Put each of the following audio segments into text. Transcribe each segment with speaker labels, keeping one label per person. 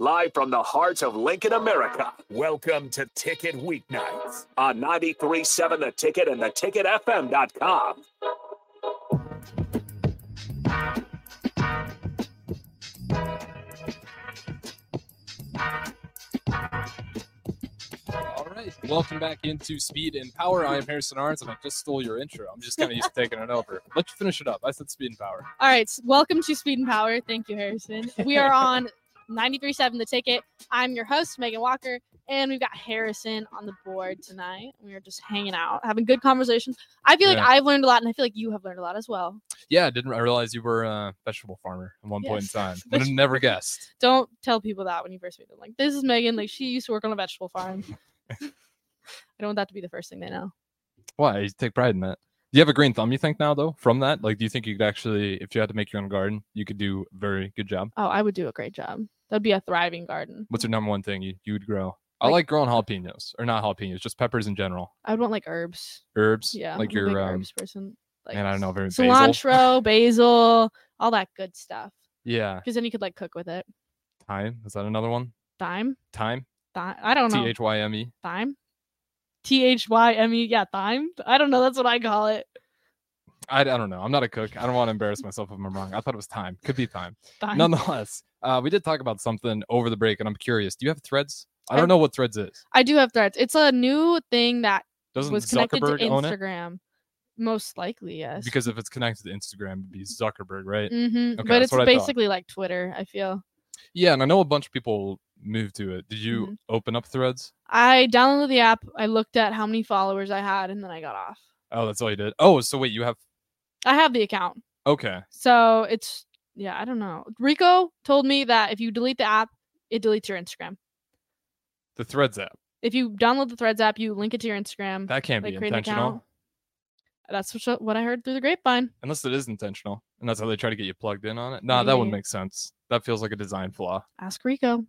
Speaker 1: Live from the heart of Lincoln, America, welcome to Ticket Weeknights on 93.7 The Ticket and theticketfm.com.
Speaker 2: All right, welcome back into Speed and Power. I am Harrison Arns, and I just stole your intro. I'm just kind of used to taking it over. Let's finish it up. I said Speed and Power.
Speaker 3: All right, s- welcome to Speed and Power. Thank you, Harrison. We are on 93.7 The Ticket. I'm your host, Megan Walker, and we've got Harrison on the board tonight. We are just hanging out, having good conversations. I feel like
Speaker 2: Yeah.
Speaker 3: I've learned a lot, and I feel like you have learned a lot as well.
Speaker 2: Yeah, I didn't I realize you were a vegetable farmer at one point in
Speaker 3: Yes.
Speaker 2: time. Would have never guessed.
Speaker 3: Don't tell people that when you first meet them. Like, this is Megan. Like, she used to work on a vegetable farm. I don't want that to be the first thing they know.
Speaker 2: Why? You take pride in that. Do you have a green thumb? You think now though? From that, like, do you think you could actually, if you had to make your own garden, you could do a very good job?
Speaker 3: Oh, I would do a great job. That'd be a thriving garden.
Speaker 2: What's your number one thing you, you would grow? I
Speaker 3: Like-
Speaker 2: like growing jalapenos, or not jalapenos, just peppers in general.
Speaker 3: I would want like herbs.
Speaker 2: Herbs, like
Speaker 3: Yeah, I'm a big
Speaker 2: your um,
Speaker 3: herbs person. Like
Speaker 2: man, I don't know, very basil.
Speaker 3: cilantro, basil, all that good stuff.
Speaker 2: yeah,
Speaker 3: Because then you could like cook with it.
Speaker 2: thyme. Is that another one?
Speaker 3: Thyme,
Speaker 2: Thyme,
Speaker 3: thyme. I don't know.
Speaker 2: T H Y M E.
Speaker 3: Thyme. T H Y M E. Yeah, thyme. I don't know. That's what I call it.
Speaker 2: I, I don't know. I'm not a cook. I don't want to embarrass myself if I'm wrong. I thought it was time. Could be time.
Speaker 3: Thyme.
Speaker 2: Nonetheless, uh, we did talk about something over the break, and I'm curious. Do you have threads? I
Speaker 3: I-
Speaker 2: don't know what threads is.
Speaker 3: I do have threads. It's a new thing that
Speaker 2: Doesn't
Speaker 3: was connected
Speaker 2: Zuckerberg
Speaker 3: to
Speaker 2: own it?
Speaker 3: Instagram. Most likely, yes.
Speaker 2: Because if it's connected to Instagram, it'd be Zuckerberg, right?
Speaker 3: hmm but
Speaker 2: that's
Speaker 3: it's
Speaker 2: what I thought.
Speaker 3: basically like Twitter. I feel
Speaker 2: Yeah, and I know a bunch of people moved to it. Did you
Speaker 3: Mhm.
Speaker 2: open up threads?
Speaker 3: I downloaded the app. I looked at how many followers I had, and then I got off.
Speaker 2: Oh, that's all you did. Oh, so wait, you have
Speaker 3: I have the account.
Speaker 2: okay.
Speaker 3: So it's yeah, I don't know. Rico told me that if you delete the app, it deletes your Instagram.
Speaker 2: The threads app.
Speaker 3: If you download the Threads app, you link it to your Instagram.
Speaker 2: That can't
Speaker 3: Mm-hmm. Like,
Speaker 2: be
Speaker 3: create an account.
Speaker 2: intentional.
Speaker 3: That's what, sh- what I heard through the grapevine.
Speaker 2: Unless it is intentional. And that's how they try to get you plugged in on it. Nah, that wouldn't
Speaker 3: Maybe.
Speaker 2: make sense. That feels like a design flaw.
Speaker 3: Ask Rico.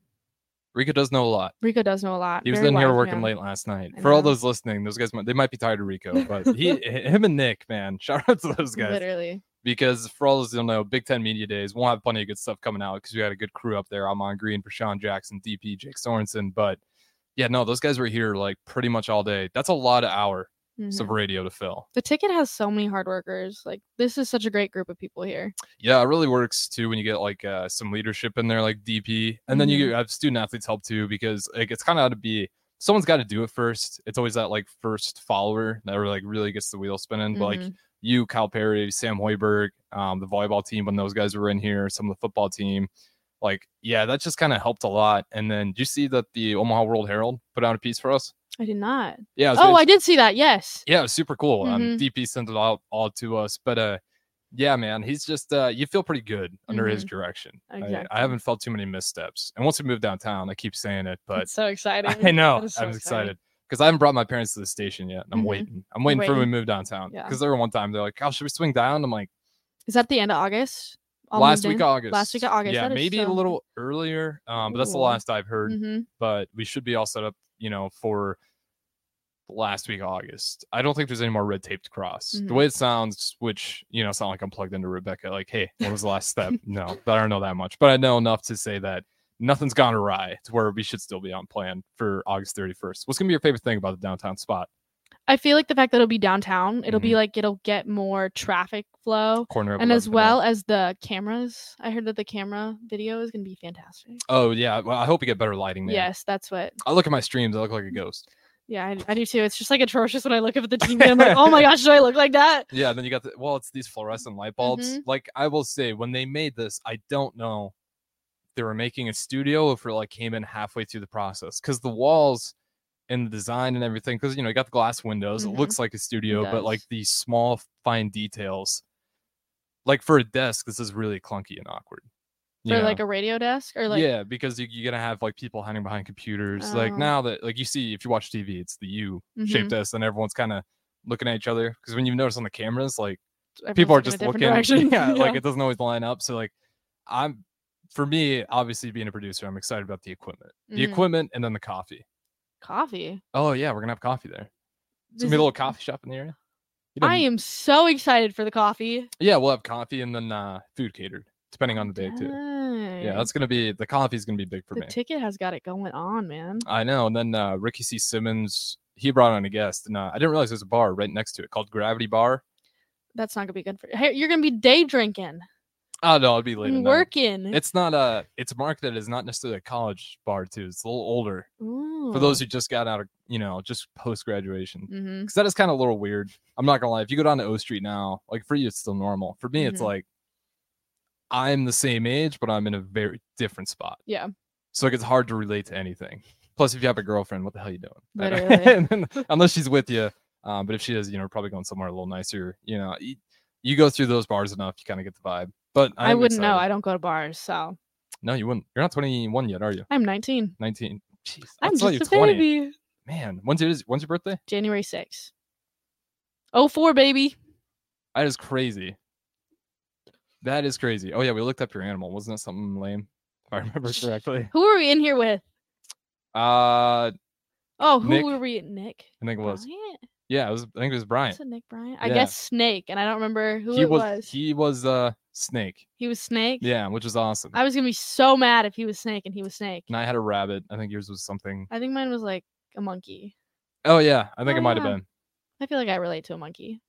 Speaker 2: Rika does know a lot.
Speaker 3: Rico does know a lot.
Speaker 2: He was
Speaker 3: very
Speaker 2: in here
Speaker 3: wise
Speaker 2: working
Speaker 3: man.
Speaker 2: late last night.
Speaker 3: I
Speaker 2: For all
Speaker 3: know.
Speaker 2: those listening, those guys might, they might be tired of Rico, but he, h- him and Nick, man, shout out to those guys
Speaker 3: Literally.
Speaker 2: because for all those who don't know, Big Ten Media Days, we'll have plenty of good stuff coming out because we got a good crew up there. I'm on Green, Prashawn Jackson, DP, Jake Sorensen, but yeah, no, those guys were here like pretty much all day. That's a lot of hours
Speaker 3: Mhm.
Speaker 2: of radio to fill.
Speaker 3: the ticket has so many hard workers. Like this is such a great group of people here.
Speaker 2: Yeah, it really works too when you get like uh, some leadership in there, like DP, and then you have student athletes help too because like it's kind of how to be. Someone's got to do it first. It's always that like first follower that like really gets the wheel spinning. But like
Speaker 3: Mhm.
Speaker 2: you, Kyle Perry, Sam Hoiberg, um, the volleyball team when those guys were in here, some of the football team. Like, yeah, that just kind of helped a lot. And then did you see that the Omaha World Herald put out a piece for us?
Speaker 3: I did not.
Speaker 2: Yeah. it was
Speaker 3: Oh,
Speaker 2: based-
Speaker 3: I did see that. Yes.
Speaker 2: yeah, it was super cool. Um,
Speaker 3: Mhm.
Speaker 2: DP sent it all, all to us, but uh, yeah, man, he's just uh, you feel pretty good under his direction. I- I,
Speaker 3: Mm-hmm. Exactly.
Speaker 2: haven't felt too many missteps, and once we moved downtown, I keep saying it, but
Speaker 3: It's so exciting.
Speaker 2: I know
Speaker 3: That is
Speaker 2: I
Speaker 3: so
Speaker 2: was excited because I haven't brought my parents to the station yet. and I'm
Speaker 3: Mhm.
Speaker 2: waiting. I'm waiting for when we move downtown
Speaker 3: Yeah.
Speaker 2: because there were one time they're like, "Oh, should we swing down?" I'm like,
Speaker 3: Is that the end of August? All
Speaker 2: "Last
Speaker 3: moved
Speaker 2: week,
Speaker 3: in?
Speaker 2: August.
Speaker 3: Last week of August,
Speaker 2: Yeah,
Speaker 3: that is
Speaker 2: maybe a
Speaker 3: so-
Speaker 2: little earlier, um, but that's the
Speaker 3: Ooh.
Speaker 2: last I've heard.
Speaker 3: Mhm.
Speaker 2: But we should be all set up, you know, for last week of August. I don't think there's any more red tape to cross. The
Speaker 3: Mhm.
Speaker 2: way it sounds, which you know, sound like I'm plugged into Rebecca. Like, hey, what was the last step? no, but I don't know that much, but I know enough to say that nothing's gone awry to where we should still be on plan for August 31st. What's gonna be your favorite thing about the downtown spot?
Speaker 3: I feel like the fact that it'll be downtown, it'll
Speaker 2: Mm-hmm.
Speaker 3: be like it'll get more traffic flow.
Speaker 2: Corner of
Speaker 3: And
Speaker 2: 11th
Speaker 3: as
Speaker 2: and
Speaker 3: well
Speaker 2: L.
Speaker 3: as the cameras, I heard that the camera video is going to be fantastic.
Speaker 2: Oh yeah, well, I hope we get better lighting. Man.
Speaker 3: Yes, that's what.
Speaker 2: I look at my streams. I look like a ghost.
Speaker 3: Yeah, I, I do too. It's just like atrocious when I look up at the TV. I'm like, oh my gosh, do I look like that?
Speaker 2: Yeah, then you got the well, it's these fluorescent light bulbs.
Speaker 3: Mhm.
Speaker 2: Like I will say, when they made this, I don't know if they were making a studio if it like came in halfway through the process because the walls and the design and everything, because you know, you got the glass windows,
Speaker 3: Mhm.
Speaker 2: it looks like a studio, but like
Speaker 3: does.
Speaker 2: these small fine details. Like for a desk, this is really clunky and awkward. you
Speaker 3: Or like
Speaker 2: know?
Speaker 3: a radio desk, or like
Speaker 2: yeah, because you, you're gonna have like people hiding behind computers. Like
Speaker 3: Oh.
Speaker 2: now that like you see, if you watch TV, it's the U
Speaker 3: mm-hmm,
Speaker 2: shaped desk, and everyone's kind of looking at each other. Because when you notice on the cameras, like people are
Speaker 3: everyone's
Speaker 2: just
Speaker 3: looking
Speaker 2: looking
Speaker 3: a different direction.
Speaker 2: yeah, like it doesn't always line up so like i'm for me obviously being a producer i'm excited about the equipment the
Speaker 3: Mhm.
Speaker 2: equipment and then the coffee
Speaker 3: coffee.
Speaker 2: oh yeah we're gonna have coffee there it's
Speaker 3: This
Speaker 2: gonna be a
Speaker 3: is-
Speaker 2: little coffee shop in the area You know,
Speaker 3: I am so excited for the coffee.
Speaker 2: yeah we'll have coffee and then uh food catered depending on the day too
Speaker 3: Dang.
Speaker 2: Yeah, that's gonna be the coffee's gonna be big for
Speaker 3: the
Speaker 2: me.
Speaker 3: ticket has got it going on, man.
Speaker 2: I know. And then uh, Ricky C. Simmons, he brought on a guest, and uh, I didn't realize there's a bar right next to it called Gravity Bar.
Speaker 3: That's not gonna be good for you. Hey, you're gonna be day drinking
Speaker 2: Oh no, it'd be late. at
Speaker 3: and
Speaker 2: night.
Speaker 3: working.
Speaker 2: It's not a. It's marketed as not necessarily a college bar too. It's a little older for
Speaker 3: Ooh.
Speaker 2: those who just got out of you know just post graduation.
Speaker 3: Mhm.
Speaker 2: Because that is kind of a little weird. I'm not gonna lie. If you go down to O Street now, like for you it's still normal. For me, it's
Speaker 3: Mhm.
Speaker 2: like I'm the same age, but I'm in a very different spot.
Speaker 3: Yeah.
Speaker 2: So like it's hard to relate to anything. Plus, if you have a girlfriend, what the hell you doing? I don't-
Speaker 3: Literally.
Speaker 2: and then- unless she's with you. Um, but if she is, you know, probably going somewhere a little nicer. You know, you, you go through those bars enough, you kind of get the vibe. But
Speaker 3: I
Speaker 2: am
Speaker 3: wouldn't know.
Speaker 2: excited.
Speaker 3: I don't go to bars, so
Speaker 2: No, you wouldn't. You're not 21 yet, are you?
Speaker 3: I'm 19.
Speaker 2: 19. Jeez, I
Speaker 3: I'm
Speaker 2: thought
Speaker 3: just
Speaker 2: you
Speaker 3: a
Speaker 2: were 20.
Speaker 3: baby.
Speaker 2: Man, when's it is? When's your birthday?
Speaker 3: January 6th. Oh four baby.
Speaker 2: That is crazy. That is crazy. Oh yeah, we looked up your animal. Wasn't that something lame? If I remember correctly.
Speaker 3: Who are we in here with?
Speaker 2: Uh, I
Speaker 3: Oh, who
Speaker 2: Nick.
Speaker 3: were we? Nick.
Speaker 2: think it was.
Speaker 3: Bryant?
Speaker 2: Yeah, it was. I think it was Brian.
Speaker 3: Is it Nick Bryant? I
Speaker 2: Yeah.
Speaker 3: guess Snake, and I don't remember who
Speaker 2: he
Speaker 3: it
Speaker 2: was,
Speaker 3: was. He,
Speaker 2: He was uh snake.
Speaker 3: was Snake.
Speaker 2: Yeah, which is awesome.
Speaker 3: I was gonna be so mad if he was Snake and he was Snake.
Speaker 2: and I had a rabbit. I think yours was something.
Speaker 3: I think mine was like a monkey.
Speaker 2: Oh yeah, I think
Speaker 3: Oh,
Speaker 2: it might have
Speaker 3: yeah.
Speaker 2: been.
Speaker 3: I feel like I relate to a monkey.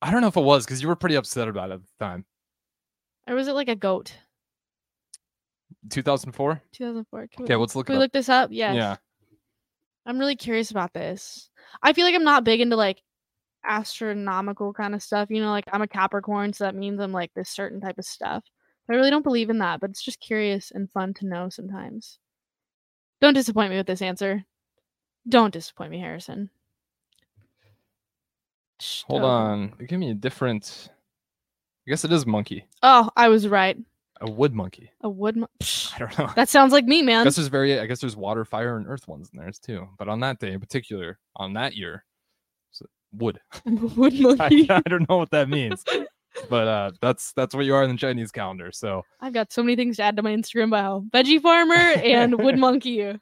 Speaker 2: I don't know if it was because you were pretty upset about it at the time.
Speaker 3: Or was it like a goat?
Speaker 2: 2004.
Speaker 3: 2004. Can
Speaker 2: Okay,
Speaker 3: we,
Speaker 2: let's look
Speaker 3: can
Speaker 2: it
Speaker 3: we
Speaker 2: up.
Speaker 3: look this up? Yes.
Speaker 2: Yeah.
Speaker 3: I'm really curious about this. I feel like I'm not big into like astronomical kind of stuff. You know, like I'm a Capricorn, so that means I'm like this certain type of stuff. I really don't believe in that, but it's just curious and fun to know sometimes. Don't disappoint me with this answer. Don't disappoint me, Harrison. Sh-
Speaker 2: Hold
Speaker 3: oh.
Speaker 2: on. Give me a different. I guess it is monkey.
Speaker 3: Oh, I was right.
Speaker 2: A wood monkey.
Speaker 3: A wood. mon- Psh,
Speaker 2: I don't know.
Speaker 3: that sounds like me,
Speaker 2: I
Speaker 3: man.
Speaker 2: guess there's very. I guess there's water, fire, and earth ones in theirs too. But on that day in particular, on that year, so wood.
Speaker 3: I'm a wood
Speaker 2: I,
Speaker 3: monkey.
Speaker 2: I don't know what that means, but uh, that's that's what you are in the Chinese calendar. So
Speaker 3: I've got so many things to add to my Instagram bio: veggie farmer and wood monkey.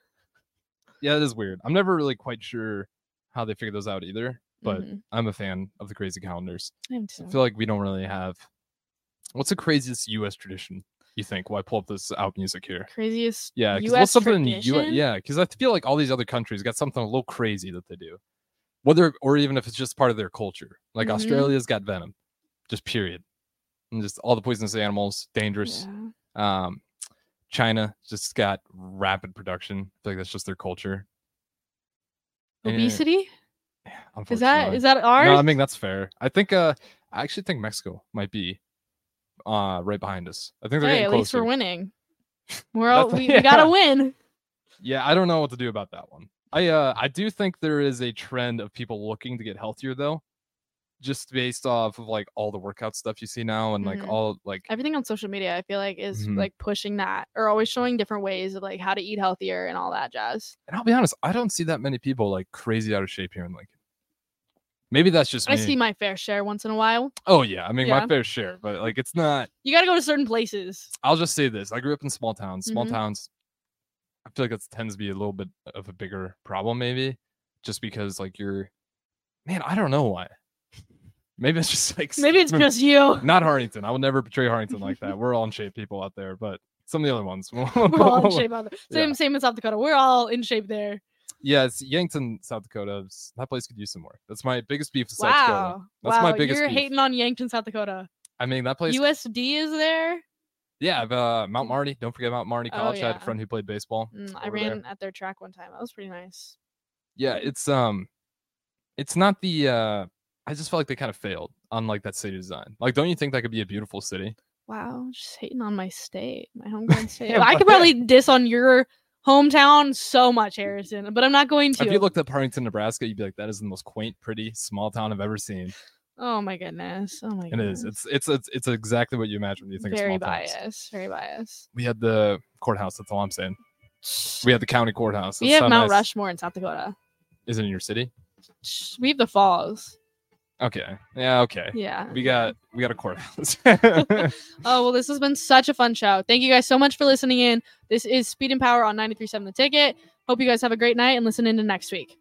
Speaker 2: yeah, that is weird. I'm never really quite sure how they figure those out either. But
Speaker 3: Mhm.
Speaker 2: I'm a fan of the crazy calendars.
Speaker 3: I am too.
Speaker 2: I feel like we don't really have. What's the craziest U.S. tradition you think? Well, I pull up this out music here.
Speaker 3: craziest
Speaker 2: Yeah, because
Speaker 3: US
Speaker 2: something U-
Speaker 3: tradition?
Speaker 2: yeah, because I feel like all these other countries got something a little crazy that they do, whether or even if it's just part of their culture. Like
Speaker 3: Mhm.
Speaker 2: Australia's got venom, just period, and just all the poisonous animals, dangerous.
Speaker 3: Yeah.
Speaker 2: Um, China just got rapid production. I feel like that's just their culture. Yeah,
Speaker 3: obesity is that
Speaker 2: unfortunately.
Speaker 3: is that ours
Speaker 2: No, I mean that's fair. I think uh I actually think Mexico might be uh right behind us. I think they're
Speaker 3: hey
Speaker 2: getting
Speaker 3: at least
Speaker 2: closer.
Speaker 3: we're winning we're all
Speaker 2: That's-
Speaker 3: we, we gotta
Speaker 2: yeah.
Speaker 3: win
Speaker 2: yeah, I don't know what to do about that one. I uh I do think there is a trend of people looking to get healthier though, just based off of like all the workout stuff you see now and like
Speaker 3: Mhm.
Speaker 2: all like
Speaker 3: everything on social media i feel like is
Speaker 2: Mhm.
Speaker 3: like pushing that or always showing different ways of like how to eat healthier and all that jazz
Speaker 2: and I'll be honest, I don't see that many people like crazy out of shape here in Lincoln. Maybe that's just me.
Speaker 3: i see my fair share once in a while
Speaker 2: oh yeah, I mean my
Speaker 3: Yeah.
Speaker 2: fair share, but like it's not
Speaker 3: you gotta go to certain places
Speaker 2: I'll just say this: I grew up in small towns. Small
Speaker 3: Mhm.
Speaker 2: towns, I feel like that tends to be a little bit of a bigger problem, maybe, just because like you're, man, I don't know why. Maybe it's just like s-
Speaker 3: maybe it's
Speaker 2: m-
Speaker 3: just you
Speaker 2: not Harrington. I will never portray Harrington like that. We're all in shape people out there, but some of the other ones. we'll-
Speaker 3: we're all in
Speaker 2: we'll-
Speaker 3: shape out there.
Speaker 2: Yeah.
Speaker 3: same same in south dakota we're all in shape there
Speaker 2: Yeah, it's Yankton, South Dakota. It's- That place could use some work. That's my biggest beef with South Dakota.
Speaker 3: wow
Speaker 2: That's my
Speaker 3: wow
Speaker 2: biggest
Speaker 3: you're
Speaker 2: beef.
Speaker 3: hating on yankton south dakota
Speaker 2: I mean, that place.
Speaker 3: usd is there
Speaker 2: yeah, I've, uh, Mount Marty. Don't forget Mount Marty
Speaker 3: Oh,
Speaker 2: College. I had a
Speaker 3: yeah.
Speaker 2: friend who played baseball.
Speaker 3: Mm, i
Speaker 2: over there.
Speaker 3: ran at their track one time that was pretty nice
Speaker 2: yeah it's um it's not the uh i just felt like they kind of failed on like that city design like don't you think that could be a beautiful city
Speaker 3: Wow, just hating on my state, my homegrown state.
Speaker 2: Yeah,
Speaker 3: I could
Speaker 2: but-
Speaker 3: probably diss on your hometown so much, Harrison, but I'm not going to.
Speaker 2: if you looked up harrington nebraska you'd be like that is the most quaint pretty small town i've ever seen
Speaker 3: oh my goodness. Oh my
Speaker 2: and it
Speaker 3: goodness.
Speaker 2: is it's it's it's, it's exactly what you imagine when you think of
Speaker 3: very
Speaker 2: small towns.
Speaker 3: biased. Very biased.
Speaker 2: we had the courthouse that's all i'm saying we had the county courthouse
Speaker 3: We
Speaker 2: that's
Speaker 3: have
Speaker 2: so
Speaker 3: Mount
Speaker 2: nice.
Speaker 3: Rushmore in South Dakota.
Speaker 2: is it in your city
Speaker 3: Sh- We have the falls.
Speaker 2: okay yeah okay
Speaker 3: Yeah.
Speaker 2: we got we got a courthouse
Speaker 3: Oh, well, this has been such a fun show. Thank you guys so much for listening in. This is Speed and Power on 937 The Ticket. Hope you guys have a great night and listen in to next week.